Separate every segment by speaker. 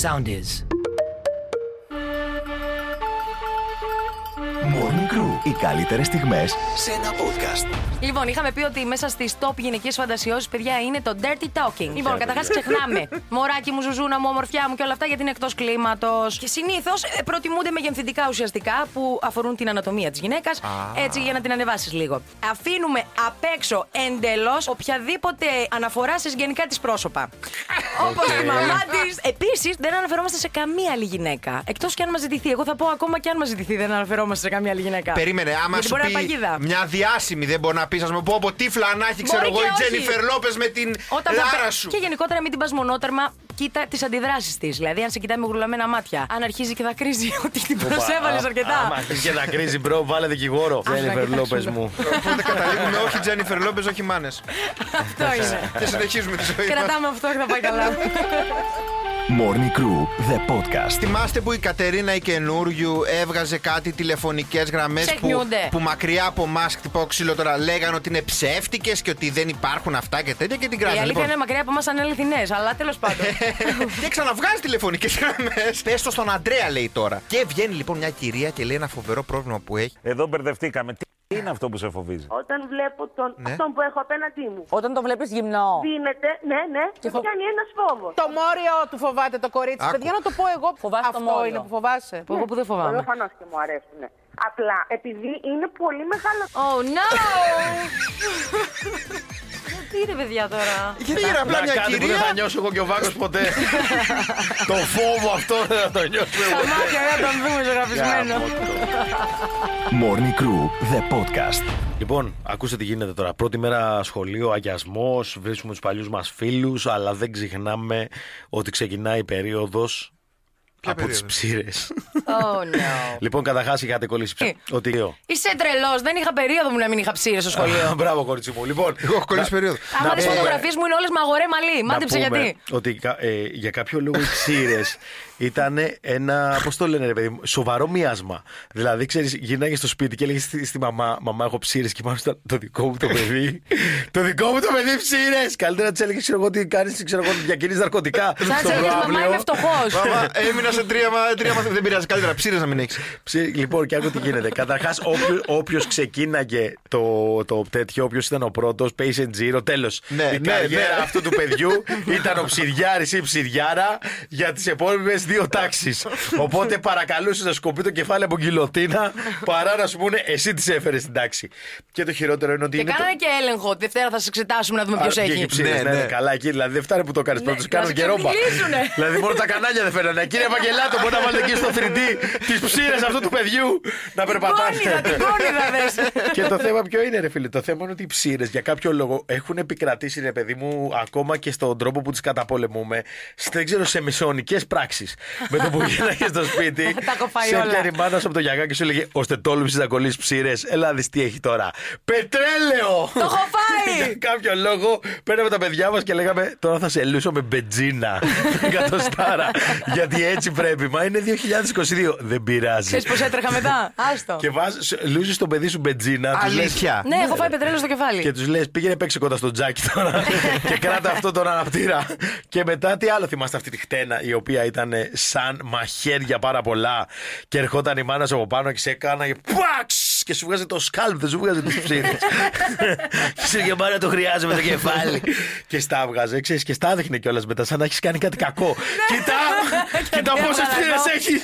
Speaker 1: sound is.
Speaker 2: Morning Crew. Οι καλύτερες στιγμές σε ένα podcast.
Speaker 3: Λοιπόν, είχαμε πει ότι μέσα στις top γυναικείε φαντασιώσεις, παιδιά, είναι το dirty talking. Λοιπόν, καταρχάς ξεχνάμε. Μωράκι μου, ζουζούνα μου, ομορφιά μου και όλα αυτά γιατί είναι εκτός κλίματος. Και συνήθως προτιμούνται μεγενθυντικά ουσιαστικά που αφορούν την ανατομία της γυναίκας. Έτσι για να την ανεβάσεις λίγο. Αφήνουμε απ' έξω εντελώς οποιαδήποτε αναφορά σε γενικά της πρόσωπα. Όπως η μαμά της. Επίσης, δεν αναφερόμαστε σε καμία άλλη γυναίκα. Εκτός και αν μας ζητηθεί. Εγώ θα πω ακόμα και αν μας ζητηθεί, δεν αναφερόμαστε σε καμία άλλη γυναίκα.
Speaker 4: Περίμενε, άμα
Speaker 3: Γιατί
Speaker 4: σου
Speaker 3: μπορεί να είναι
Speaker 4: πει
Speaker 3: παγίδα.
Speaker 4: μια διάσημη δεν μπορεί να πεις, ας μου πω από τι φλανάχη, ξέρω
Speaker 3: Μπορεί
Speaker 4: εγώ,
Speaker 3: και όχι.
Speaker 4: η Τζένιφερ Λόπες με την
Speaker 3: Όταν θα
Speaker 4: Λάρα
Speaker 3: πα-
Speaker 4: Ε, σου.
Speaker 3: Και γενικότερα μην την πας μονότερμα, κοίτα τις αντιδράσεις της. Δηλαδή, αν σε κοιτάει με γουρλαμένα μάτια, αν αρχίζει και θα κρίζει ότι την προσέβαλε αρκετά.
Speaker 5: Άμα αρχίσει και να κρίζει, μπρο, βάλε δικηγόρο. Τζένιφερ
Speaker 3: κοιτάξουμε.
Speaker 5: Λόπες μου.
Speaker 4: Οπότε καταλήγουμε όχι Τζένιφερ Λόπες, όχι μάνες.
Speaker 3: Αυτό είναι.
Speaker 4: Και συνεχίζουμε τη ζωή μα.
Speaker 3: Κρατάμε αυτό και θα πάει καλά.
Speaker 2: Morning Crew, the podcast.
Speaker 4: Θυμάστε που η Κατερίνα η καινούριου έβγαζε κάτι τηλεφωνικές γραμμές που,
Speaker 3: Ξεχνιούνται.
Speaker 4: που μακριά από εμάς χτυπάω ξύλο τώρα λέγανε ότι είναι ψεύτικες και ότι δεν υπάρχουν αυτά και τέτοια και την
Speaker 3: Η
Speaker 4: κράζανε. Λοιπόν,
Speaker 3: αλήθεια είναι μακριά από εμάς ανέληθινέ, αλλά τέλος πάντων.
Speaker 4: και ξαναβγάζει τηλεφωνικές γραμμές. Πες το στον Αντρέα, λέει τώρα. Και βγαίνει λοιπόν μια κυρία και λέει ένα φοβερό πρόβλημα που έχει.
Speaker 6: Εδώ μπερδευτήκαμε. Τι είναι αυτό που σε φοβίζει.
Speaker 7: Όταν βλέπω τον,
Speaker 4: Ναι.
Speaker 7: αυτόν που έχω απέναντί μου,
Speaker 8: Όταν το βλέπεις γυμνό.
Speaker 7: δίνεται, ναι, ναι, και
Speaker 8: φο-
Speaker 7: κάνει ένα φόβο.
Speaker 9: Το μόριο του φοβάται το κορίτσι.
Speaker 4: Άκου.
Speaker 9: Παιδιά, να το πω εγώ.
Speaker 8: Φοβάσαι το
Speaker 9: Αυτό
Speaker 8: μόριο.
Speaker 9: είναι που φοβάσαι.
Speaker 3: Που εγώ που δεν φοβάμαι.
Speaker 7: Προφανώς και μου αρέσουν. Απλά επειδή είναι πολύ μεγάλο.
Speaker 3: Oh no! Τι είναι παιδιά τώρα.
Speaker 4: Πήρα απλά
Speaker 5: Να
Speaker 4: μια
Speaker 5: κάτι που δεν
Speaker 4: κυρία.
Speaker 5: θα νιώσω εγώ και ο Βάκος ποτέ. Το φόβο αυτό δεν θα το νιώσω
Speaker 3: Τα
Speaker 5: εγώ.
Speaker 3: μάτια δεν τον δούμε ζωγραφισμένο.
Speaker 2: Morning Crew, the podcast.
Speaker 5: Λοιπόν, ακούστε τι γίνεται τώρα. Πρώτη μέρα σχολείο, αγιασμός, βρίσκουμε τους παλιούς μας φίλους, αλλά δεν ξεχνάμε ότι ξεκινάει η περίοδος από τις
Speaker 4: περίοδος?
Speaker 5: ψήρες.
Speaker 3: Oh no.
Speaker 5: λοιπόν, καταρχάς είχατε κολλήσει ψ-
Speaker 3: Ε.
Speaker 5: Ότι.
Speaker 3: Είσαι τρελός, δεν είχα περίοδο μου να μην είχα ψήρες στο σχολείο.
Speaker 5: Α, Μπράβο, κορίτσι μου. Λοιπόν,
Speaker 4: Εγώ έχω κολλήσει περίοδο.
Speaker 3: Άμα τι
Speaker 5: πούμε-
Speaker 3: φωτογραφίες μου είναι όλες μαγορέ μαλλί.
Speaker 5: να
Speaker 3: Μάντεψε
Speaker 5: πούμε
Speaker 3: γιατί.
Speaker 5: Ότι κα- ε, για κάποιο λόγο οι ξύρε ήταν ένα. Πώς το λένε, ρε παιδί μου, σοβαρό μίασμα. Δηλαδή, ξέρεις, γυρνάγε στο σπίτι και έλεγε στη, στη μαμά: Μαμά, έχω ψήρες. Και μάλιστα το δικό μου το παιδί. το δικό μου το παιδί ψήρες. Καλύτερα της έλεγε, ξέρω εγώ, τι κάνεις, ξέρω εγώ, διακινείς ναρκωτικά.
Speaker 3: Σαν να της
Speaker 5: στο
Speaker 3: έλεγες, μαμά,
Speaker 5: προάβλιο».
Speaker 3: είμαι φτωχός.
Speaker 4: Μαμά, έμεινα σε τρία, μα- τρία μαθήματα. Δεν πειράζει, καλύτερα ψήρες να μην έχεις.
Speaker 5: Ψή- Λοιπόν, και άκου τι γίνεται. Καταρχάς, όποιο ξεκίναγε το, το τέτοιο, όποιος ήταν ο πρώτος, patient zero, τέλος.
Speaker 4: Ναι,
Speaker 5: η
Speaker 4: ναι,
Speaker 5: καριέρα
Speaker 4: ναι.
Speaker 5: αυτού του παιδιού ήταν ο ψιδιάρης ή η ψιδιάρα για τις επόμενες δύο τάξεις. Οπότε παρακαλούσε να σκοπεί το κεφάλι από γκυλοτίνα παρά να σου πούνε εσύ τις έφερες στην τάξη. Και το χειρότερο είναι ότι
Speaker 3: Και
Speaker 5: είναι.
Speaker 3: κάνανε και έλεγχο. Τη Δευτέρα θα σε εξετάσουμε να δούμε ποιο
Speaker 5: Α, και
Speaker 3: έχει.
Speaker 5: ψήρες,
Speaker 4: Ναι,
Speaker 5: ναι,
Speaker 4: ναι.
Speaker 5: ναι, καλά εκεί. Δηλαδή δεν φτάνει που το κάνεις πρώτος.
Speaker 3: και
Speaker 5: Κάνουν
Speaker 3: να
Speaker 5: και
Speaker 3: σε
Speaker 5: ρόμπα.
Speaker 3: ξεφυλίσουνε.
Speaker 5: δηλαδή μόνο τα κανάλια δεν φέρνανε. Κύριε Βαγγελάτο, μπορεί να βάλετε εκεί στο 3D τις ψήρες αυτού του παιδιού
Speaker 3: Κόνιδα,
Speaker 5: να περπατάτε.
Speaker 3: την κόνιδα δες.
Speaker 5: και το θέμα ποιο είναι, ρε φίλε. Το θέμα είναι ότι οι ψήρες για κάποιο λόγο έχουν επικρατήσει, ρε παιδί μου, ακόμα και στον τρόπο που τις καταπολεμούμε. σ- Δεν ξέρω, σε μισονικέ πράξεις. Με το που γίναγε στο σπίτι,
Speaker 3: Τα έχω φάει
Speaker 5: σε
Speaker 3: όλα.
Speaker 5: έπιανε η μάνα σου από το γιαγά και σου έλεγε Ωστε τόλμησες να κολλήσεις ψήρες. Ελά, δεις τι έχει τώρα. Πετρέλαιο!
Speaker 3: Το έχω φάει!
Speaker 5: Για κάποιο λόγο παίρναμε τα παιδιά μας και λέγαμε Τώρα θα σε λούσω με μπετζίνα. Κατοστάρα. Γιατί έτσι πρέπει. Μα είναι 2022. Δεν πειράζει.
Speaker 3: Ξέρεις πως έτρεχα μετά. Άστο.
Speaker 5: Και βάζεις, λούζεις το παιδί σου μπετζίνα. τους λες-
Speaker 4: Αλήθεια.
Speaker 3: Ναι, έχω φάει πετρέλαιο στο
Speaker 5: και
Speaker 3: κεφάλι.
Speaker 5: τους λες: Πήγαινε παίξε κοντά στο τζάκι τώρα και κράτα αυτό τον αναπτήρα. και μετά τι άλλο θυμάστε αυτή τη χτένα η οποία ήταν ε, σαν μαχαίρια πάρα πολλά και ερχόταν η μάνα σου από πάνω και σε έκαναγε παξ και σου βγάζει το σκάλπ, δεν σου βγάζει τις ψήρε. και σου έλεγε Μάρα το χρειάζομαι το κεφάλι. και στα βγάζε, ξέρεις και στα δείχνε κιόλας μετά σαν να έχεις κάνει κάτι κακό. κοίτα, κοίτα
Speaker 3: τι
Speaker 5: πόσε
Speaker 3: έβαλα εδώ.
Speaker 5: ψήρε έχει.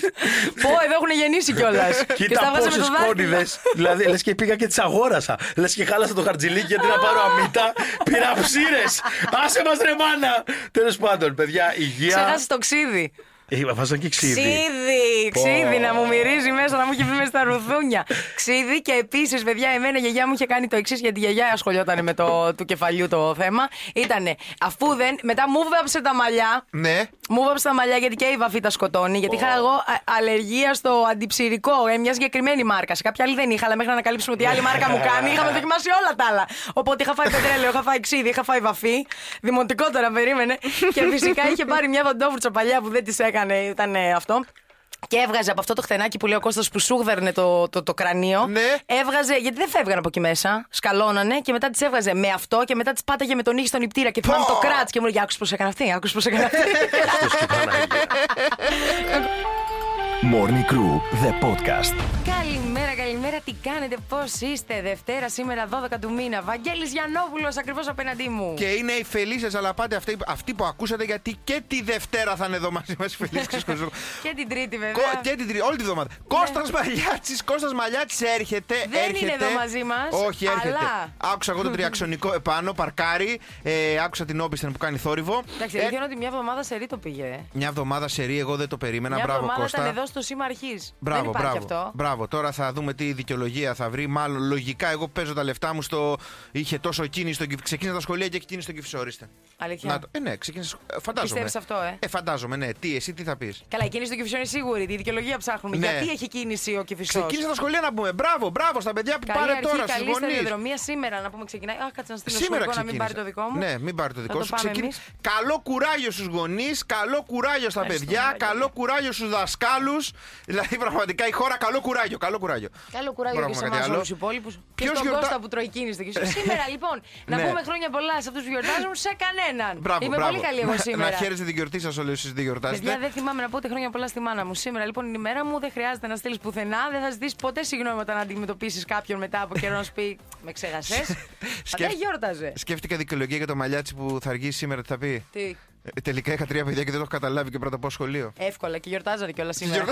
Speaker 3: Πω, εδώ έχουν γεννήσει κιόλας. Και
Speaker 5: Κοίτα
Speaker 3: στα βάζα με
Speaker 5: πόσε
Speaker 3: το δάχτυλο.
Speaker 5: κόνιδε. δηλαδή, λες και πήγα και τις αγόρασα. Λες και χάλασα το χαρτζιλίκι γιατί να πάρω αμύτα. Πήρα ψήρε. Άσε μας ρε μάνα. Τέλος πάντων, παιδιά, υγεία.
Speaker 3: Ξεχάσει το ξύδι.
Speaker 5: Ε, Βάζαν και ξύδι.
Speaker 3: Ξύδι, ξύδι, να μου μυρίζει μέσα, να μου έχει βγει μέσα στα ρουθούνια. Ξύδι και επίσης, παιδιά, εμένα η γιαγιά μου είχε κάνει το εξής, γιατί η γιαγιά ασχολιόταν με το του κεφαλιού το θέμα. Ήτανε, αφού δεν, μετά μου βάψε τα μαλλιά.
Speaker 4: Ναι.
Speaker 3: Μου βάψε τα μαλλιά γιατί και η βαφή τα σκοτώνει. Γιατί είχα εγώ α- αλλεργία στο αντιψυρικό, ε, μια συγκεκριμένη μάρκα. Σε κάποια άλλη δεν είχα, αλλά μέχρι να ανακαλύψουμε ότι η άλλη μάρκα μου κάνει, είχαμε δοκιμάσει όλα τα άλλα. Οπότε είχα φάει πετρέλαιο, είχα φάει ξύδι, είχα φάει βαφή. Δημοτικό τώρα περίμενε. και φυσικά είχε πάρει μια βαντόφουρτσα παλιά που δεν της έκανε, ήταν ε, αυτό. Και έβγαζε από αυτό το χτενάκι που λέει ο Κώστας που σούγδερνε το, το, το κρανίο.
Speaker 4: Ναι.
Speaker 3: Έβγαζε, γιατί δεν φεύγαν από εκεί μέσα. Σκαλώνανε και μετά τις έβγαζε με αυτό και μετά τις πάταγε με τον νύχι στον νηπτήρα. Και θυμάμαι το κράτ και μου λέγε Άκουσες πώς έκανε αυτή, άκουσες πώς έκανε αυτή.
Speaker 5: Χριστός και Παναγία.
Speaker 2: Morning Crew, the podcast.
Speaker 3: Καλημέρα, καλημέρα. Τι κάνετε, πώς είστε. Δευτέρα σήμερα 12 του μήνα. Βαγγέλης Γιαννόπουλος ακριβώς απέναντί μου.
Speaker 4: Και είναι οι Φελίσσε, αλλά πάτε αυτοί, αυτοί που ακούσατε γιατί και τη Δευτέρα θα είναι εδώ μαζί μας οι Φελίσσε.
Speaker 3: Και την Τρίτη, βέβαια. Ναι.
Speaker 4: Κο- και την τρίτη, όλη τη βδομάδα. Κώστας Μαλιάτσης, Κώστας Μαλιάτσης έρχεται.
Speaker 3: Δεν είναι
Speaker 4: έρχεται.
Speaker 3: εδώ μαζί μας,
Speaker 4: Όχι, έρχεται.
Speaker 3: αλλά-
Speaker 4: Άκουσα εγώ το τριαξονικό επάνω, παρκάρι. Ε, άκουσα την Όμπισθεν που κάνει θόρυβο.
Speaker 3: Εντάξει,
Speaker 4: Ε,
Speaker 3: αλήθεια είναι ότι μια εβδομάδα σε ρίτο πήγε. ε.
Speaker 4: μια εβδομάδα σε ρί, εγώ δεν το περίμενα.
Speaker 3: Μια
Speaker 4: μπράβο,
Speaker 3: εβδομάδα
Speaker 4: Κώστα.
Speaker 3: ήταν εδώ στο σήμα αρχής.
Speaker 4: Μπράβο,
Speaker 3: Δεν υπάρχει
Speaker 4: μπράβο.
Speaker 3: αυτό.
Speaker 4: Μπράβο. Τώρα θα δούμε τι δικαιολογία θα βρει. Μάλλον λογικά, εγώ παίζω τα λεφτά μου στο. Είχε τόσο κίνηση στον Κυφ- Ξεκίνησα τα σχολεία και έχει κίνηση στον Κυφισό, ορίστε.
Speaker 3: Αλήθεια.
Speaker 4: Να το- Ε, ναι, ξεκίνησες. Φαντάζομαι.
Speaker 3: Πιστεύεις αυτό, ε?
Speaker 4: Ε, φαντάζομαι, ναι. Τι, εσύ τι θα πεις.
Speaker 3: Καλά, η κίνηση του Κυφισιού είναι σίγουρη. Τη δικαιολογία ψάχνουμε.
Speaker 4: Ναι.
Speaker 3: Γιατί έχει κίνηση ο Κυφισός.
Speaker 4: Ξεκίνησε τα σχολεία να πούμε. Μπράβο, μπράβο στα παιδιά που
Speaker 3: Καλή
Speaker 4: πάρε
Speaker 3: αρχή,
Speaker 4: τώρα στου
Speaker 3: καλή
Speaker 4: γονείς.
Speaker 3: σταδιοδρομία σήμερα να πούμε ξεκινάει. Α, κάτσε να στείλω
Speaker 4: Σήμερα
Speaker 3: σχολικό να μην
Speaker 4: ξεκίνησε.
Speaker 3: πάρει το δικό μου.
Speaker 4: Ναι, μην πάρει το δικό
Speaker 3: Θα
Speaker 4: σου.
Speaker 3: πάμε
Speaker 4: Ξεκίν-
Speaker 3: εμείς.
Speaker 4: Καλό κουράγιο στους γονείς, καλό κουράγιο στα
Speaker 3: Ευχαριστούμε,
Speaker 4: παιδιά,
Speaker 3: Βαγγέλη.
Speaker 4: καλό κουράγιο στους δασκάλους. Δηλαδή, πραγματικά η χώρα, καλό κουράγιο. Καλό κουράγιο.
Speaker 3: Καλό κουράγιο
Speaker 4: Μπορώ
Speaker 3: και
Speaker 4: να
Speaker 3: σε
Speaker 4: πούμε
Speaker 3: εμάς
Speaker 4: κάτι άλλο.
Speaker 3: όλου τους υπόλοιπους. Και
Speaker 4: Ποιος
Speaker 3: στον
Speaker 4: γιορτά-
Speaker 3: Κώστα που τρώει κίνηση. στο Κυφισό. σήμερα λοιπόν, να
Speaker 4: Ναι.
Speaker 3: πούμε χρόνια πολλά σε αυτούς που γιορτάζουν, σε κανέναν.
Speaker 4: Μπράβο,
Speaker 3: Είμαι
Speaker 4: μπράβο.
Speaker 3: πολύ καλή εγώ
Speaker 4: Να-
Speaker 3: σήμερα.
Speaker 4: Να χαίρεστε την γιορτή σας όλοι εσείς δεν
Speaker 3: Παιδιά,
Speaker 4: γιορτάζετε.
Speaker 3: δεν θυμάμαι να πω ότι χρόνια πολλά στη μάνα μου. Σήμερα λοιπόν είναι η μέρα μου, δεν χρειάζεται να στείλεις πουθενά, δεν θα ζητήσεις ποτέ συγγνώμη όταν αντιμετωπίσεις κάποιον μετά από καιρό να σου πει Με ξέχασες. Αλλά
Speaker 4: Σκέφ-
Speaker 3: δεν γιόρταζε.
Speaker 4: Σκέφτηκα δικαιολογία για το μαλλιάτσι που θα αργήσει σήμερα, τι θα πει.
Speaker 3: Τι,
Speaker 4: Ε, τελικά είχα τρία παιδιά και δεν το έχω καταλάβει και πρώτα πάω σχολείο.
Speaker 3: εύκολα και γιορτάζανε κιόλας σήμερα.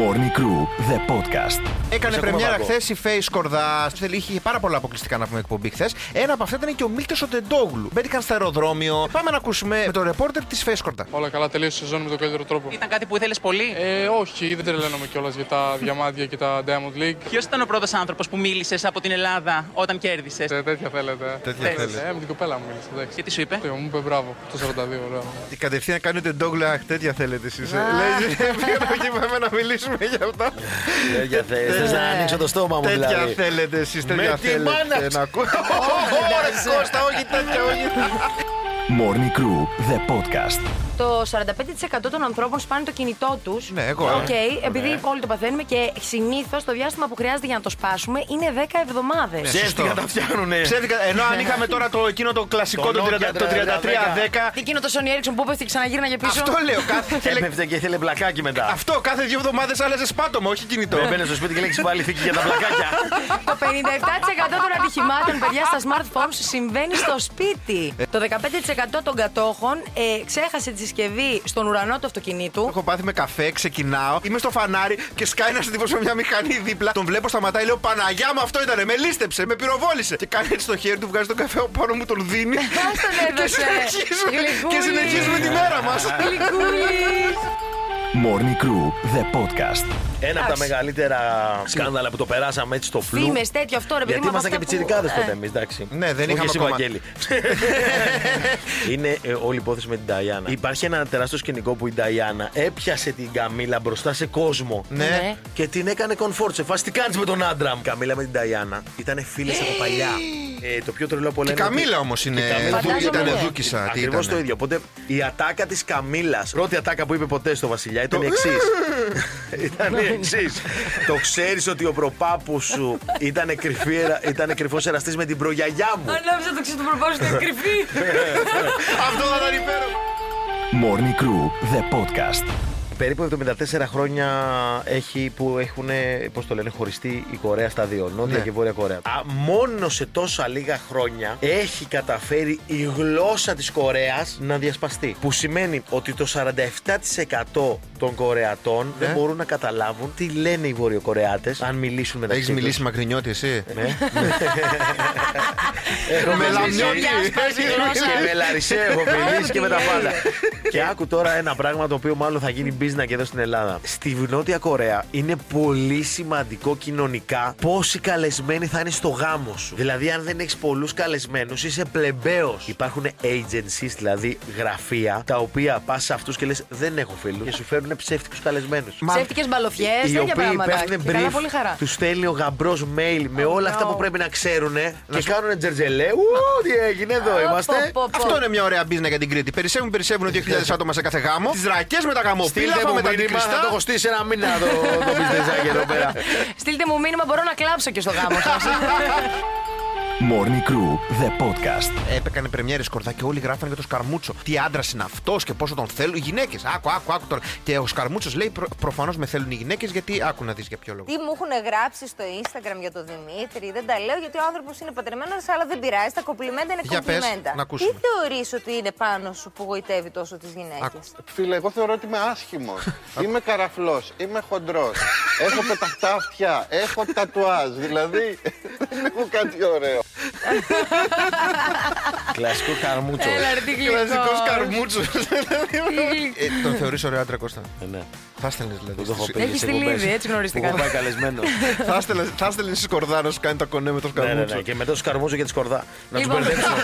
Speaker 2: Morning Crew, the podcast.
Speaker 4: Έκανε
Speaker 5: Σε
Speaker 4: πρεμιέρα
Speaker 5: κομμάτι.
Speaker 4: χθες η Face Κορδά. Είχε πάρα πολλά αποκλειστικά να πούμε εκπομπή χθες. Ένα από αυτά ήταν και ο Μίλτος ο Τεντόγλου. Μπέτηκαν στο αεροδρόμιο. Ε, Πάμε να ακούσουμε με τον ρεπόρτερ της Face Κορδά.
Speaker 1: Όλα καλά, τελείωσε η σεζόν με τον καλύτερο τρόπο.
Speaker 8: Ήταν κάτι που ήθελες πολύ.
Speaker 1: Ε, όχι, δεν τρελαίνομαι κιόλας για τα διαμάντια και τα Diamond League.
Speaker 8: Ποιος ήταν ο πρώτος άνθρωπος που μίλησες από την Ελλάδα όταν κέρδισες.
Speaker 1: Ε, τέτοια θέλετε.
Speaker 4: Τέτοια
Speaker 1: Ε,
Speaker 4: θέλετε.
Speaker 1: Ε, με την κοπέλα μου μίλησε, εντάξει.
Speaker 8: Και τι σου είπε.
Speaker 1: Ε, Μου είπε μπράβο, το 42, ωραία.
Speaker 4: Η κατευθείαν κάνει ο Τεντόγλου. Αχ, τέτοια θέλετε εσείς. Λέει, πήγαμε εκεί πάμε να μιλήσουμε για αυτά.
Speaker 5: Τέτοια Ε,
Speaker 3: Ναι.
Speaker 5: θες, θες να ανοίξω το στόμα μου
Speaker 4: Τέτοια
Speaker 5: δηλαδή.
Speaker 4: θέλετε εσείς, τέτοια
Speaker 5: τη μάνα
Speaker 4: θέλετε.
Speaker 5: σας.
Speaker 4: Να ακούω. Ωραία, Κώστα, όχι τέτοια, όχι.
Speaker 2: Morning Crew, the podcast.
Speaker 3: Το 45% των ανθρώπων σπάνε το κινητό τους.
Speaker 4: Ναι, εγώ, ε.
Speaker 3: Οκ, επειδή όλοι το παθαίνουμε και συνήθως το διάστημα που χρειάζεται για να το σπάσουμε είναι 10 εβδομάδες.
Speaker 4: Ναι.
Speaker 5: Ψεύτικα τα φτιάχνουνε.
Speaker 4: Ψεύτικα, ενώ αν είχαμε τώρα το εκείνο το κλασικό,
Speaker 5: Το
Speaker 4: το 30
Speaker 5: Nokia
Speaker 4: το 3310.
Speaker 3: Τι εκείνο το Sony Ericsson που έπεφτε και ξαναγύρναγε πίσω.
Speaker 4: Αυτό λέω
Speaker 5: Ε,
Speaker 4: κάθε.
Speaker 5: Έπεφτε και ήθελε μπλακάκι μετά.
Speaker 4: Αυτό κάθε δύο εβδομάδες άλλαζε σπάτωμα, όχι κινητό.
Speaker 5: Μπαίνεις στο σπίτι και λέει έχεις βάλει θήκη για τα μπλακάκια.
Speaker 3: Το 57% των ατυχημάτων, παιδιά, στα smartphones συμβαίνει στο σπίτι.
Speaker 4: Ε.
Speaker 3: Το 15% των κατόχων ε, ξέχασε τη συσκευή στον ουρανό του αυτοκινήτου.
Speaker 4: Έχω πάθει με καφέ, ξεκινάω. Είμαι στο φανάρι και σκάει ένα τύπο με μια μηχανή δίπλα. Τον βλέπω, σταματάει, λέω Παναγιά μου αυτό ήτανε. Με λίστεψε, με πυροβόλησε. Και κάνει έτσι το χέρι του, βγάζει τον καφέ από πάνω μου, τον
Speaker 5: Ε,
Speaker 4: δίνει.
Speaker 3: Ας τον
Speaker 4: και,
Speaker 3: έδωσε.
Speaker 4: συνεχίζουμε,
Speaker 3: Γλυκούλη.
Speaker 4: και συνεχίζουμε τη μέρα μας.
Speaker 3: Γλυκούλης.
Speaker 2: Morning Crew, the podcast.
Speaker 5: Ένα από τα μεγαλύτερα σκάνδαλα που το περάσαμε έτσι στο φλου.
Speaker 3: Φήμες, τέτοιο, αυτό, ρε παιδί
Speaker 5: Γιατί
Speaker 3: μου,
Speaker 5: ήμασταν και
Speaker 3: αυτά που-
Speaker 5: πιτσιρικάδες
Speaker 3: ε.
Speaker 5: τότε εμείς, εντάξει.
Speaker 4: Ναι, δεν
Speaker 5: Όχι
Speaker 4: είχαμε
Speaker 5: εσύ,
Speaker 4: ακόμα.
Speaker 5: Βαγγέλη. Είναι ε, όλη η υπόθεση με την Ταϊάννα. Υπάρχει ένα τεράστιο σκηνικό που η Ταϊάννα έπιασε την Καμίλα μπροστά σε κόσμο.
Speaker 4: Ναι.
Speaker 5: Και την έκανε comfort σε φάση. Τι κάνεις με τον άντρα μου. Η Καμίλα με την Ταϊάννα ήταν φίλες από παλιά. Ε, το πιο τρελό από όλα
Speaker 4: Η
Speaker 5: είναι ότι-
Speaker 4: Καμίλα όμως είναι.
Speaker 5: Η Καμίλα
Speaker 3: Φαντάζομαι,
Speaker 4: Ε, Ήταν
Speaker 3: ναι.
Speaker 4: δούκισα. τι
Speaker 5: Ακριβώς
Speaker 4: ήτανε.
Speaker 5: το ίδιο. Οπότε η ατάκα της Καμίλας, πρώτη ατάκα που είπε ποτέ στο Βασιλιά, ήταν η εξής.
Speaker 4: Ε.
Speaker 5: ήταν η εξή. το ξέρεις ότι ο προπάπους σου ήταν, κρυφή, ήταν κρυφός εραστής με την προγιαγιά μου.
Speaker 3: Ανάμεσα το ξύλο του προπάρου στην κρυφή.
Speaker 4: Αυτό θα ήταν υπέροχο.
Speaker 2: Morning Crew, the podcast.
Speaker 5: Περίπου 74 χρόνια έχει που έχουν, πώς το λένε, χωριστεί η Κορέα στα δύο, Νότια
Speaker 4: Ναι.
Speaker 5: και Βόρεια Κορέα. Α, μόνο σε τόσα λίγα χρόνια έχει καταφέρει η γλώσσα της Κορέας να διασπαστεί. Που σημαίνει ότι το 47% των Κορεατών δεν μπορούν να καταλάβουν τι λένε οι Βορειοκορεάτες αν μιλήσουν μεταξύ
Speaker 4: Έχεις
Speaker 5: τους.
Speaker 4: μιλήσει μακρινιώτη εσύ.
Speaker 5: Ναι.
Speaker 4: Με
Speaker 5: Έχω μιλήσει.
Speaker 4: λαμιώτη.
Speaker 5: Και με Λαρισαίο έχω μιλήσει και με τα πάντα. Και άκου τώρα ένα πράγμα το οποίο μάλλον θα γίνει μπίζνα και εδώ στην Ελλάδα. Στη Νότια Κορέα είναι πολύ σημαντικό κοινωνικά πόσοι καλεσμένοι θα είναι στο γάμο σου. Δηλαδή, αν δεν έχεις πολλούς καλεσμένους, είσαι πλεμπαίος. Υπάρχουν agencies, δηλαδή γραφεία, τα οποία πας σε αυτούς και λες δεν έχω φίλους και σου φέρνουν ψεύτικους καλεσμένους.
Speaker 3: Ψεύτικες μπαλοφιές,
Speaker 5: Οι
Speaker 3: τέτοια
Speaker 5: οποίοι
Speaker 3: πράγματα.
Speaker 5: παίρνουν
Speaker 3: Και Καλά, πολύ
Speaker 5: brief,
Speaker 3: χαρά.
Speaker 5: τους στέλνει ο γαμπρός mail με όλα αυτά που πρέπει να ξέρουν και κάνουν τζερτζελέ. Ου, τι έγινε, εδώ είμαστε.
Speaker 3: πω, πω.
Speaker 4: Αυτό είναι μια ωραία μπίζνα για την Κρήτη. Περισσεύουν, περισσεύουν 2.000 άτομα σε κάθε γάμο. Τις ρακές με τα γαμοπύλα, με τα
Speaker 5: μήνυμα, θα το
Speaker 4: αντικριστά.
Speaker 5: έχω στήσει ένα μήνα το, το business εκεί εδώ πέρα.
Speaker 3: Στείλτε μου μήνυμα, μπορώ να κλάψω και στο γάμο σα.
Speaker 2: Morning Crew, the podcast.
Speaker 4: Έπεκανε πρεμιέρε σκορδά και όλοι γράφανε για τον Σκαρμούτσο. Τι άντρας είναι αυτός και πόσο τον θέλουν οι γυναίκες. Άκου, άκου, άκου τώρα. Και ο Σκαρμούτσος λέει προ... προφανώς με θέλουν οι γυναίκες γιατί άκου να δεις για ποιο λόγο.
Speaker 10: Τι μου έχουν γράψει στο Instagram για τον Δημήτρη. Δεν τα λέω γιατί ο άνθρωπος είναι παντρεμένος, αλλά δεν πειράζει. Τα κομπλιμέντα είναι
Speaker 4: Για πες,
Speaker 10: κομπλιμέντα.
Speaker 4: να
Speaker 10: Τι
Speaker 4: ακούσουμε.
Speaker 10: θεωρείς ότι είναι πάνω σου που γοητεύει τόσο τις γυναίκες.
Speaker 11: Φίλε, εγώ θεωρώ ότι είμαι άσχημος. είμαι καραφλός, είμαι χοντρός. έχω πεταχτά αυτιά, έχω τατουάζ. Δηλαδή, δεν έχω κάτι ωραίο.
Speaker 5: Κλασικό καρμούτσο.
Speaker 3: Έλα, ρε, τι γλυκός.
Speaker 4: Κλασικός Σκαρμούτσο.
Speaker 3: Τι γλυκ-
Speaker 4: ε, τον θεωρεί ωραίο άντρα Κώστα.
Speaker 5: Ναι.
Speaker 4: Θα στέλνε δηλαδή.
Speaker 5: Δεν το έχω
Speaker 4: στις-
Speaker 5: πει.
Speaker 3: Ε, Έχει
Speaker 5: στις
Speaker 3: τη
Speaker 5: εκπομπές.
Speaker 3: λίδη, έτσι γνωριστήκαμε.
Speaker 5: Που Έχω πάει καλεσμένος.
Speaker 4: Θα στέλνε- Θα στέλνε σκορδά να σου κάνει τα κονέ με τον
Speaker 5: Ναι, ναι,
Speaker 4: Σκαρμούτσο.
Speaker 5: ναι. Και μετά του καρμούζω και τη σκορδά. Να τους
Speaker 3: Λοιπόν.
Speaker 5: μπερδέψω. Του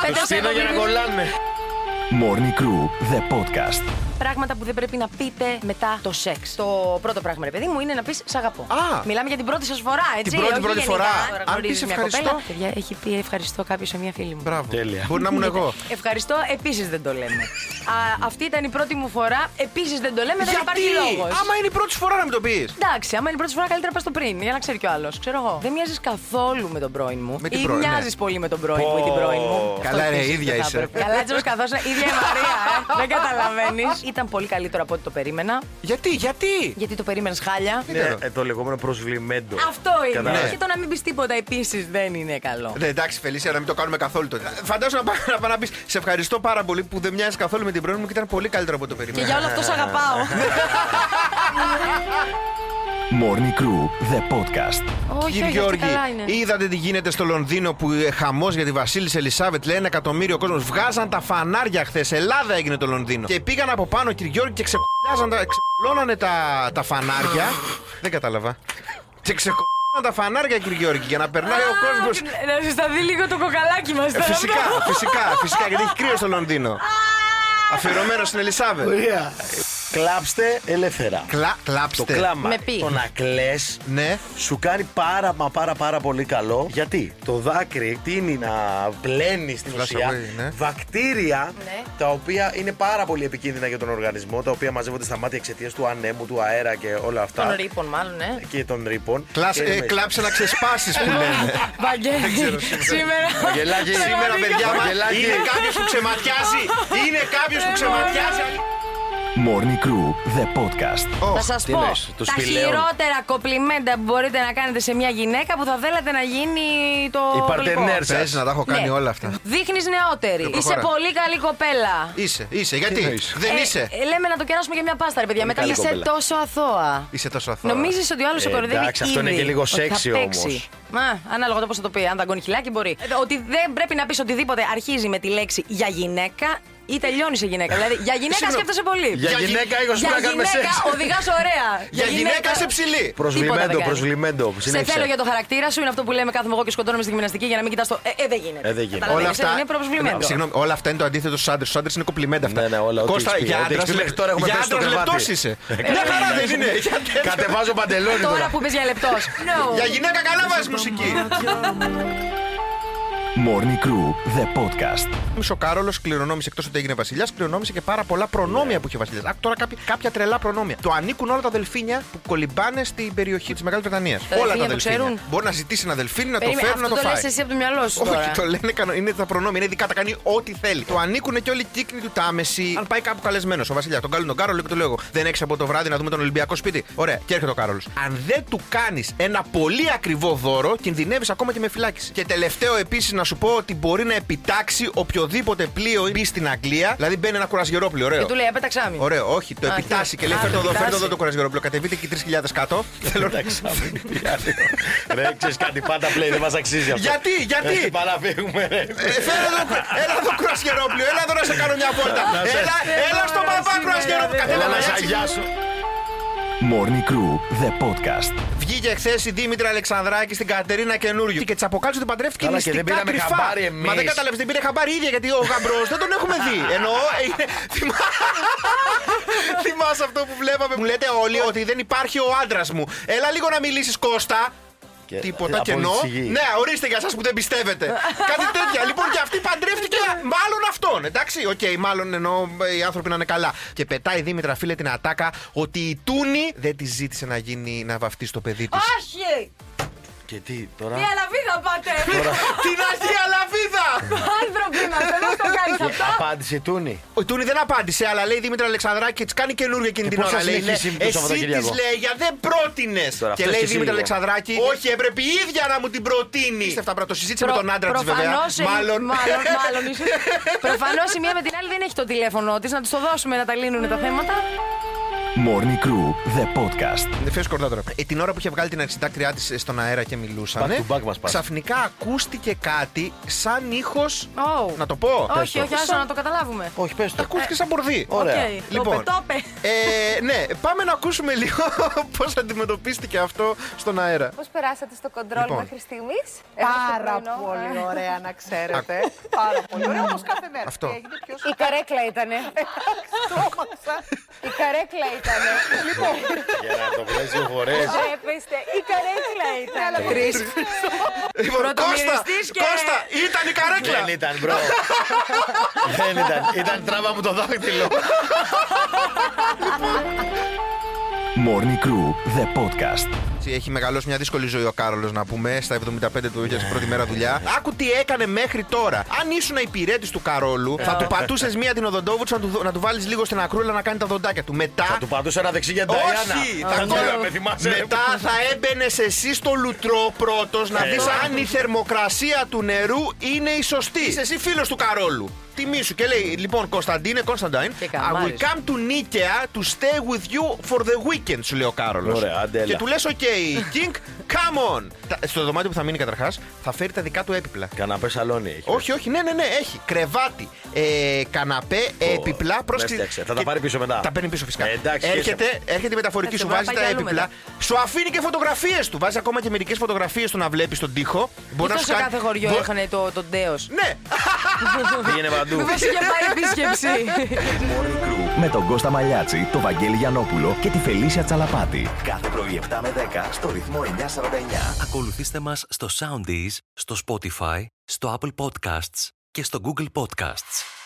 Speaker 3: Πέταξε
Speaker 5: στείλω
Speaker 3: από
Speaker 5: για να
Speaker 3: πριν
Speaker 5: κολλάνε.
Speaker 2: Morning Crew, the podcast.
Speaker 3: Πράγματα που δεν πρέπει να πείτε μετά το σεξ. Το πρώτο πράγμα, ρε παιδί μου, είναι να πεις Σ' αγαπώ.
Speaker 4: Α!
Speaker 3: Μιλάμε για την πρώτη σας φορά, έτσι.
Speaker 4: πρώτη-
Speaker 3: όχι
Speaker 4: πρώτη
Speaker 3: γενικά.
Speaker 4: φορά.
Speaker 3: Τώρα
Speaker 4: Αν
Speaker 3: γνωρίζεις
Speaker 4: πεις
Speaker 3: μια
Speaker 4: ευχαριστώ.
Speaker 3: κοπέλα. Παιδιά, έχει πει ευχαριστώ κάποιο σε μια φίλη μου.
Speaker 4: Μπράβο.
Speaker 5: Τέλεια.
Speaker 4: Μπορεί να ήμουν εγώ.
Speaker 3: Ευχαριστώ, επίσης δεν το λέμε. Α, αυτή ήταν η πρώτη μου φορά, επίσης δεν το λέμε, δεν υπάρχει λόγος.
Speaker 4: Άμα είναι η πρώτη σου φορά να μην το πεις.
Speaker 3: Εντάξει, άμα είναι η πρώτη φορά, καλύτερα πας στο πριν, για να ξέρει κι ο άλλος. Ξέρω εγώ. Δεν μοιάζεις καθόλου με τον πρώην μου.
Speaker 4: Με την
Speaker 3: ή
Speaker 4: πρώην, ναι.
Speaker 3: μοιάζεις πολύ με τον πρώην μου ή την πρώην μου.
Speaker 4: Καλά,
Speaker 3: Αυτό
Speaker 4: ρε,
Speaker 3: επίσης
Speaker 4: ίδια
Speaker 3: δεν θα
Speaker 4: είσαι.
Speaker 3: έπρεπε. Καλά, έτσι όπως καθώς είναι, ίδια η Μαρία. ε. Δεν καταλαβαίνεις. Ήταν πολύ καλύτερο από ό,τι το περίμενα,
Speaker 4: Γιατί, γιατί.
Speaker 3: γιατί το περίμενες χάλια.
Speaker 5: Ναι, ε, Το λεγόμενο προσβλημέντο.
Speaker 3: Αυτό είναι.
Speaker 5: Κατάλαβες.
Speaker 3: Και το να μην πεις τίποτα επίσης δεν είναι καλό.
Speaker 4: Ναι, εντάξει, Φελίσια, να μην το κάνουμε καθόλου τότε. Φαντάζομαι να πά- να πά- να πεις Σε ευχαριστώ πάρα πολύ που δεν μοιάζεις καθόλου με την πρώην μου και ήταν πολύ καλύτερο από το
Speaker 3: Και
Speaker 4: περίμενα.
Speaker 3: για όλο αυτό σ' αγαπάω.
Speaker 4: Ναι.
Speaker 2: Morning Crew, the podcast.
Speaker 3: όχι, όχι,
Speaker 4: Κύριε
Speaker 3: αυτή
Speaker 4: Γιώργη,
Speaker 3: καλά είναι.
Speaker 4: είδατε τι γίνεται στο Λονδίνο που ε, χαμός για τη Βασίλισσα Ελισάβετ. Λέει ένα εκατομμύριο κόσμος. Βγάζαν τα φανάρια χθες. Ελλάδα έγινε το Λονδίνο. Και πήγαν από πάνω, κύριε Γιώργη, και ξεκολλάζαν τα. Ξεκολλώνανε τα, τα φανάρια. Δεν κατάλαβα. Και ξεκολλώναν τα φανάρια, κύριε Γιώργη, για να περνάει ο κόσμο.
Speaker 3: Να συσταθεί λίγο το κοκαλάκι μας τώρα.
Speaker 4: Ε, Φυσικά, φυσικά, φυσικά, γιατί έχει κρύο στο Λονδίνο. Αφιερωμένο στην Ελισάβετ.
Speaker 5: Ωραία. Κλάψτε ελεύθερα.
Speaker 4: Κλα,
Speaker 5: Το
Speaker 4: κλάψτε.
Speaker 5: κλάμα.
Speaker 3: Με πει.
Speaker 5: Το να κλε.
Speaker 4: Ναι.
Speaker 5: Σου κάνει πάρα μα πάρα πάρα πολύ καλό Γιατί το δάκρυ τίνει να πλένει στην
Speaker 4: Flash
Speaker 5: ουσία
Speaker 4: away, ναι.
Speaker 5: Βακτήρια
Speaker 3: Ναι.
Speaker 5: τα οποία είναι πάρα πολύ επικίνδυνα για τον οργανισμό Τα οποία μαζεύονται στα μάτια εξαιτίας του ανέμου, του αέρα και όλα αυτά
Speaker 3: Των ρήπων, μάλλον, ναι.
Speaker 5: Και των ρήπων
Speaker 4: Κλάσ-
Speaker 5: Και
Speaker 4: ε,
Speaker 5: με-
Speaker 4: κλάψε να ξεσπάσεις που
Speaker 5: Ε,
Speaker 4: λένε.
Speaker 3: Βαγγέλη, σήμερα.
Speaker 5: Βαγγελάκη,
Speaker 4: Σήμερα, παιδιά μα,
Speaker 5: Βαγγελάκη.
Speaker 4: είναι κάποιος που ξεματιάζει. Είναι κάποιος που ξεματιάζει.
Speaker 2: Morning Crew, the podcast.
Speaker 4: Ω,
Speaker 3: Θα σας
Speaker 5: τι
Speaker 3: πω
Speaker 5: εννοείς, το
Speaker 3: τα
Speaker 5: σπηλαίων.
Speaker 3: χειρότερα κοπλιμέντα που μπορείτε να κάνετε σε μια γυναίκα που θα θέλατε να γίνει το.
Speaker 5: Οι
Speaker 3: γλυκό.
Speaker 5: partners.
Speaker 4: Πες να τα έχω κάνει
Speaker 3: Ναι.
Speaker 4: όλα αυτά.
Speaker 3: Δείχνεις νεότερη.
Speaker 4: Λοιπόν,
Speaker 3: Είσαι
Speaker 4: προχώρα.
Speaker 3: πολύ καλή κοπέλα.
Speaker 4: Είσαι, είσαι. Γιατί
Speaker 5: εννοείς?
Speaker 4: δεν
Speaker 3: Ε,
Speaker 4: είσαι.
Speaker 3: ε, λέμε να το κεράσουμε για μια πάστα, ρε παιδιά. Μετά
Speaker 5: καλή
Speaker 3: είσαι
Speaker 5: κοπέλα.
Speaker 3: τόσο αθώα.
Speaker 4: Είσαι τόσο αθώα.
Speaker 3: Νομίζεις ότι ο άλλος σε
Speaker 5: Ε,
Speaker 3: κοροϊδεύει.
Speaker 5: εντάξει, αυτό είναι
Speaker 3: ήδη,
Speaker 5: και λίγο
Speaker 3: ότι θα
Speaker 5: sexy
Speaker 3: παίξει.
Speaker 5: όμως.
Speaker 3: Μα, ανάλογα το πώς θα το πει. Αν θα χιλάκι μπορεί. Ε, Ότι δεν πρέπει να πεις οτιδήποτε αρχίζει με τη λέξη για γυναίκα ή τελειώνεις σε γυναίκα. Δηλαδή για γυναίκα
Speaker 4: Συγγνώμη.
Speaker 3: σκέφτεσαι πολύ.
Speaker 5: Για γυναίκα 20
Speaker 3: Για
Speaker 5: να κάνουμε σεξ.
Speaker 3: γυναίκα οδηγάς ωραία.
Speaker 4: Για γυναίκα σε ψηλή.
Speaker 3: Τίποτα δεν
Speaker 5: Προσβλημέντο,
Speaker 3: κάνεις.
Speaker 5: προσβλημέντο
Speaker 3: Σε
Speaker 5: Συνέχισε.
Speaker 3: θέλω για το χαρακτήρα σου, είναι αυτό που λέμε κάθομαι εγώ και σκοτώνομαι στη γυμναστική για να μην κοιτάς το. Ε, ε, δεν γίνεται.
Speaker 5: Ε, δεν γίνεται.
Speaker 3: Καταλαβαίνεις, Είναι
Speaker 4: Ναι,
Speaker 3: προσβλημένο.
Speaker 4: Συγγνώμη, όλα αυτά είναι το αντίθετο στους άντρες. Στους άντρες είναι κοπλιμέντα αυτά.
Speaker 5: Ναι, ναι, όλα, ό,τι
Speaker 4: Κώστα,
Speaker 5: έχεις πει,
Speaker 4: για
Speaker 5: ό,τι έχεις
Speaker 4: άντρας
Speaker 5: πει μέχρι τώρα έχουμε
Speaker 4: για
Speaker 5: πέσει στο Ε,
Speaker 4: άντρας
Speaker 5: κρεβάτι.
Speaker 4: λεπτός είσαι. Μια χαρά
Speaker 5: ναι,
Speaker 4: δεν είναι. Για τέτοιο.
Speaker 5: Κατεβάζω παντελόνι
Speaker 3: Τώρα
Speaker 5: τώρα
Speaker 3: που πες για λεπτός.
Speaker 4: Για γυναίκα καλά βάζεις μουσική.
Speaker 2: Morning Crew, the podcast.
Speaker 4: Ο Κάρολο κληρονόμησε εκτός ότι έγινε βασιλιάς, κληρονόμησε και πάρα πολλά προνόμια που είχε βασιλιάς. Άκου τώρα κάποια, κάποια τρελά προνόμια. Το ανήκουν όλα τα δελφίνια που κολυμπάνε στην περιοχή της Μεγάλης Βρετανίας. Όλα τα
Speaker 3: δελφίνια που
Speaker 4: δελφίνια.
Speaker 3: ξέρουν.
Speaker 4: Μπορεί να ζητήσει ένα δελφίνι, να το φέρουν,
Speaker 3: Αυτό
Speaker 4: να
Speaker 3: το
Speaker 4: το φάει.
Speaker 3: λες εσύ από το μυαλό σου.
Speaker 4: Όχι,
Speaker 3: τώρα.
Speaker 4: το λένε κανο... είναι τα προνόμια, είναι ειδικά τα κάνει ό,τι θέλει. Το ανήκουν και όλοι οι κύκνοι του τάμεση. Αν πάει κάπου καλεσμένος ο Βασιλιάς, τον καλούν τον Κάρολο και του λέω εγώ. Δεν έχει από το βράδυ να δούμε τον Ολυμπιακό σπίτι. Ωραία, και έρχεται ο Κάρολος. Αν δεν του κάνεις ένα πολύ ακριβό δώρο, κινδυνεύεις ακόμα και με φυλάκιση. Και τελευταίο επίσης να σου πω ότι μπορεί να επιτάξει οποιοδήποτε πλοίο μπει στην Αγγλία. Δηλαδή μπαίνει ένα κουρασγερό πλοίο, ωραίο.
Speaker 3: Και του λέει, έπεταξα μη.
Speaker 4: Ωραίο, όχι, το
Speaker 3: Α,
Speaker 4: επιτάσσει
Speaker 3: τι-
Speaker 4: και λέει:
Speaker 3: Α,
Speaker 4: Φέρτε
Speaker 3: το
Speaker 4: εδώ, φέρτε εδώ
Speaker 3: επιτάσσει.
Speaker 4: το κουρασγερόπλο. Κατεβείτε και 3.000 κάτω. Θέλω να
Speaker 5: Ρε ξέρεις κάτι πάντα πλέον δεν μας αξίζει αυτό
Speaker 4: Γιατί, γιατί?
Speaker 5: Ε, Παραπήγουμε ρε
Speaker 4: Ε, Φέρε εδώ, έλα εδώ κουρασγερόπλιο, έλα εδώ να σε κάνω μια βόλτα.
Speaker 5: Να σε-
Speaker 4: έλα, έλα στο παπά κουρασγερόπλιο.
Speaker 5: Έλα
Speaker 4: Κατέβαλα
Speaker 5: να σ'
Speaker 4: έτσι.
Speaker 5: αγιάσω
Speaker 2: Morning Crew, the podcast.
Speaker 4: Βγήκε χθες η Δήμητρα Αλεξανδράκη στην Κατερίνα Καινούριου και τσαποκάλυψε ότι παντρεύτηκε
Speaker 5: Καλά, και
Speaker 4: μυστικά
Speaker 5: δεν πήραμε
Speaker 4: κρυφά.
Speaker 5: χαμπάρι εμείς.
Speaker 4: Μα δεν κατάλαβες, δεν πήρε χαμπάρι η ίδια γιατί ο γαμπρός δεν τον έχουμε δει. Εννοώ. ε, είναι- θυμά- Θυμάσαι αυτό που βλέπαμε. Μου λέτε όλοι ότι δεν υπάρχει ο άντρας μου. Έλα λίγο να μιλήσεις Κώστα.
Speaker 5: Και-
Speaker 4: Τίποτα
Speaker 5: από
Speaker 4: κενό.
Speaker 5: τη γη.
Speaker 4: Ναι, ορίστε για εσάς που δεν πιστεύετε. Κάτι τέτοια. Λοιπόν, και αυτή παντρεύτηκε μάλλον αυτόν. Εντάξει, οκ, μάλλον ενώ ε, οι άνθρωποι να είναι καλά. Και πετάει η Δήμητρα, φίλε, την ατάκα ότι η Τούνη δεν τη ζήτησε να, γίνει, να βαφτεί το παιδί της.
Speaker 3: Όχι!
Speaker 5: Και τι τώρα.
Speaker 3: Τι αλαβίδα πάτε!
Speaker 4: Την αρχή αλαβίδα!
Speaker 3: Άνθρωποι μα, δεν μας το κάνεις
Speaker 5: Και
Speaker 3: αυτό.
Speaker 5: Απάντησε η Τούνη.
Speaker 4: Ο Τούνη δεν απάντησε, αλλά λέει η Δήμητρα Αλεξανδράκη, της κάνει καινούργια εκείνη
Speaker 5: Και
Speaker 4: την
Speaker 5: πώς θα
Speaker 4: ώρα. Λέει,
Speaker 5: συνεχίσει
Speaker 4: ναι,
Speaker 5: το
Speaker 4: εσύ της
Speaker 5: Σαββατοκύριακο.
Speaker 4: λέει, για δεν πρότεινες.
Speaker 5: Τώρα,
Speaker 4: Και
Speaker 5: αυτός
Speaker 4: λέει η
Speaker 5: εσύ
Speaker 4: Δήμητρα
Speaker 5: λίγο.
Speaker 4: Αλεξανδράκη, όχι, έπρεπε η ίδια να μου την προτείνει. Είστε αυτά το συζήτησε με τον άντρα της, βέβαια.
Speaker 3: προφανώς η- μάλλον, μάλλον ίσως. προφανώς η μία με την άλλη δεν έχει το τηλέφωνο της. Να τους το δώσουμε να τα λύνουν τα θέματα.
Speaker 2: Morning Crew, the podcast.
Speaker 4: Δεν φέρει σκορδά τώρα. Ε, την ώρα που είχε βγάλει την αρχιτάκτριά της στον αέρα και μιλούσαν.
Speaker 5: Back to back μας πας.
Speaker 4: Ξαφνικά ακούστηκε κάτι σαν ήχος.
Speaker 3: Oh.
Speaker 4: Να το πω.
Speaker 3: όχι, όχι, άσο να το καταλάβουμε.
Speaker 5: Όχι, πες
Speaker 3: Ε.
Speaker 5: το.
Speaker 4: Ακούστηκε σαν πορδί.
Speaker 5: Ωραία.
Speaker 3: Οκ, το
Speaker 4: Λοιπόν.
Speaker 3: είπε, το είπε.
Speaker 4: Ε, ναι, πάμε να ακούσουμε λίγο πώς αντιμετωπίστηκε αυτό στον αέρα.
Speaker 10: Πώς περάσατε στο κοντρόλ
Speaker 4: Λοιπόν.
Speaker 10: μέχρι στιγμής,
Speaker 9: Πάρα πολύ ωραία, να ξέρετε. Πάρα πολύ ωραία, όπως κάθε
Speaker 3: Ναι,
Speaker 9: μέρα.
Speaker 4: Αυτό.
Speaker 9: Τι έγινε, ποιος
Speaker 10: Η καρέκλα ήτανε.
Speaker 9: τρόμαξα.
Speaker 10: Η καρέκλα ήτανε. Λοιπόν,
Speaker 5: Για να το βλέπει δύο φορέ.
Speaker 10: ντρέπεστε. Η καρέκλα ήταν.
Speaker 4: Λοιπόν, Κώστα,
Speaker 3: Πρωτομυριστής και-
Speaker 4: Κώστα, ήταν η καρέκλα.
Speaker 5: Δεν ήταν, μπρο. Δεν ήταν. Ήταν τράβα μου το δάχτυλο.
Speaker 2: Morning Crew, the podcast.
Speaker 4: Έτσι, Έχει μεγαλώσει μια δύσκολη ζωή ο Κάρολος, να πούμε, στα 75 του για την πρώτη μέρα δουλειά. Άκου τι έκανε μέχρι τώρα. Αν ήσουν υπηρέτης του Καρόλου, θα του πατούσες μία την οδοντόβουτσα, να του, δω- να του βάλεις λίγο στην ακρούλα να κάνει τα δοντάκια του. Μετά.
Speaker 5: Θα του πατούσα ένα δεξί για την Ταϊάννα.
Speaker 4: Όχι!
Speaker 5: Θα
Speaker 4: Θα
Speaker 5: κόλλα, με
Speaker 4: κόλλα.
Speaker 5: θυμάσαι.
Speaker 4: Ναι, Μετά θα έμπαινες εσύ στο λουτρό πρώτος να
Speaker 5: Ε,
Speaker 4: δεις
Speaker 5: ωραία.
Speaker 4: αν η θερμοκρασία του νερού είναι η σωστή. Είσαι εσύ φίλος του Καρόλου. Τιμή σου και λέει λοιπόν Κωνσταντίνε, Κωνσταντάιν,
Speaker 3: Και
Speaker 4: I will
Speaker 3: καμάρις.
Speaker 4: come to Nikea to stay with you for the weekend, σου λέει ο Κάρολος.
Speaker 5: Ωραία, άντε, έλα.
Speaker 4: Και του λες, OK, King, come on. Τα- Στο δωμάτιο που θα μείνει καταρχάς, θα φέρει τα δικά του έπιπλα.
Speaker 5: Καναπέ σαλόνι έχεις.
Speaker 4: Όχι, όχι, ναι, ναι, ναι, έχει. Κρεβάτι, ε, καναπέ,
Speaker 5: με
Speaker 4: επιπλά, πρόσκληση.
Speaker 5: φτιάξε. ναι, Θα τα
Speaker 4: και-
Speaker 5: πάρει πίσω μετά.
Speaker 4: Τα παίρνει πίσω φυσικά.
Speaker 5: Ε, εντάξει,
Speaker 4: έρχεται, έρχεται η μεταφορική,
Speaker 3: Ε,
Speaker 4: σου
Speaker 3: μπορεί να
Speaker 4: βάζει τα
Speaker 3: πάει κι αλλού
Speaker 4: έπιπλα. Σου αφήνει και φωτογραφίες του. Βάζει ακόμα και μερικές φωτογραφίες του να βλέπεις τον τοίχο.
Speaker 3: Μπορεί σε κάθε χωριό
Speaker 4: Μπο-
Speaker 3: είχαν το, τον τέος.
Speaker 4: Ναι,
Speaker 5: Πήγαινε παντού.
Speaker 3: Μήπως είχε πάει επίσκεψη.
Speaker 2: Morning Crew με τον Κώστα Μαλιάτση, τον Βαγγέλη Γιανόπουλο και τη Φελίσια Τσαλαπάτη. Κάθε πρωί 7 με 10 στο ρυθμό 949.
Speaker 12: Ακολουθήστε μας στο Soundees, στο Spotify, στο Apple Podcasts και στο Google Podcasts.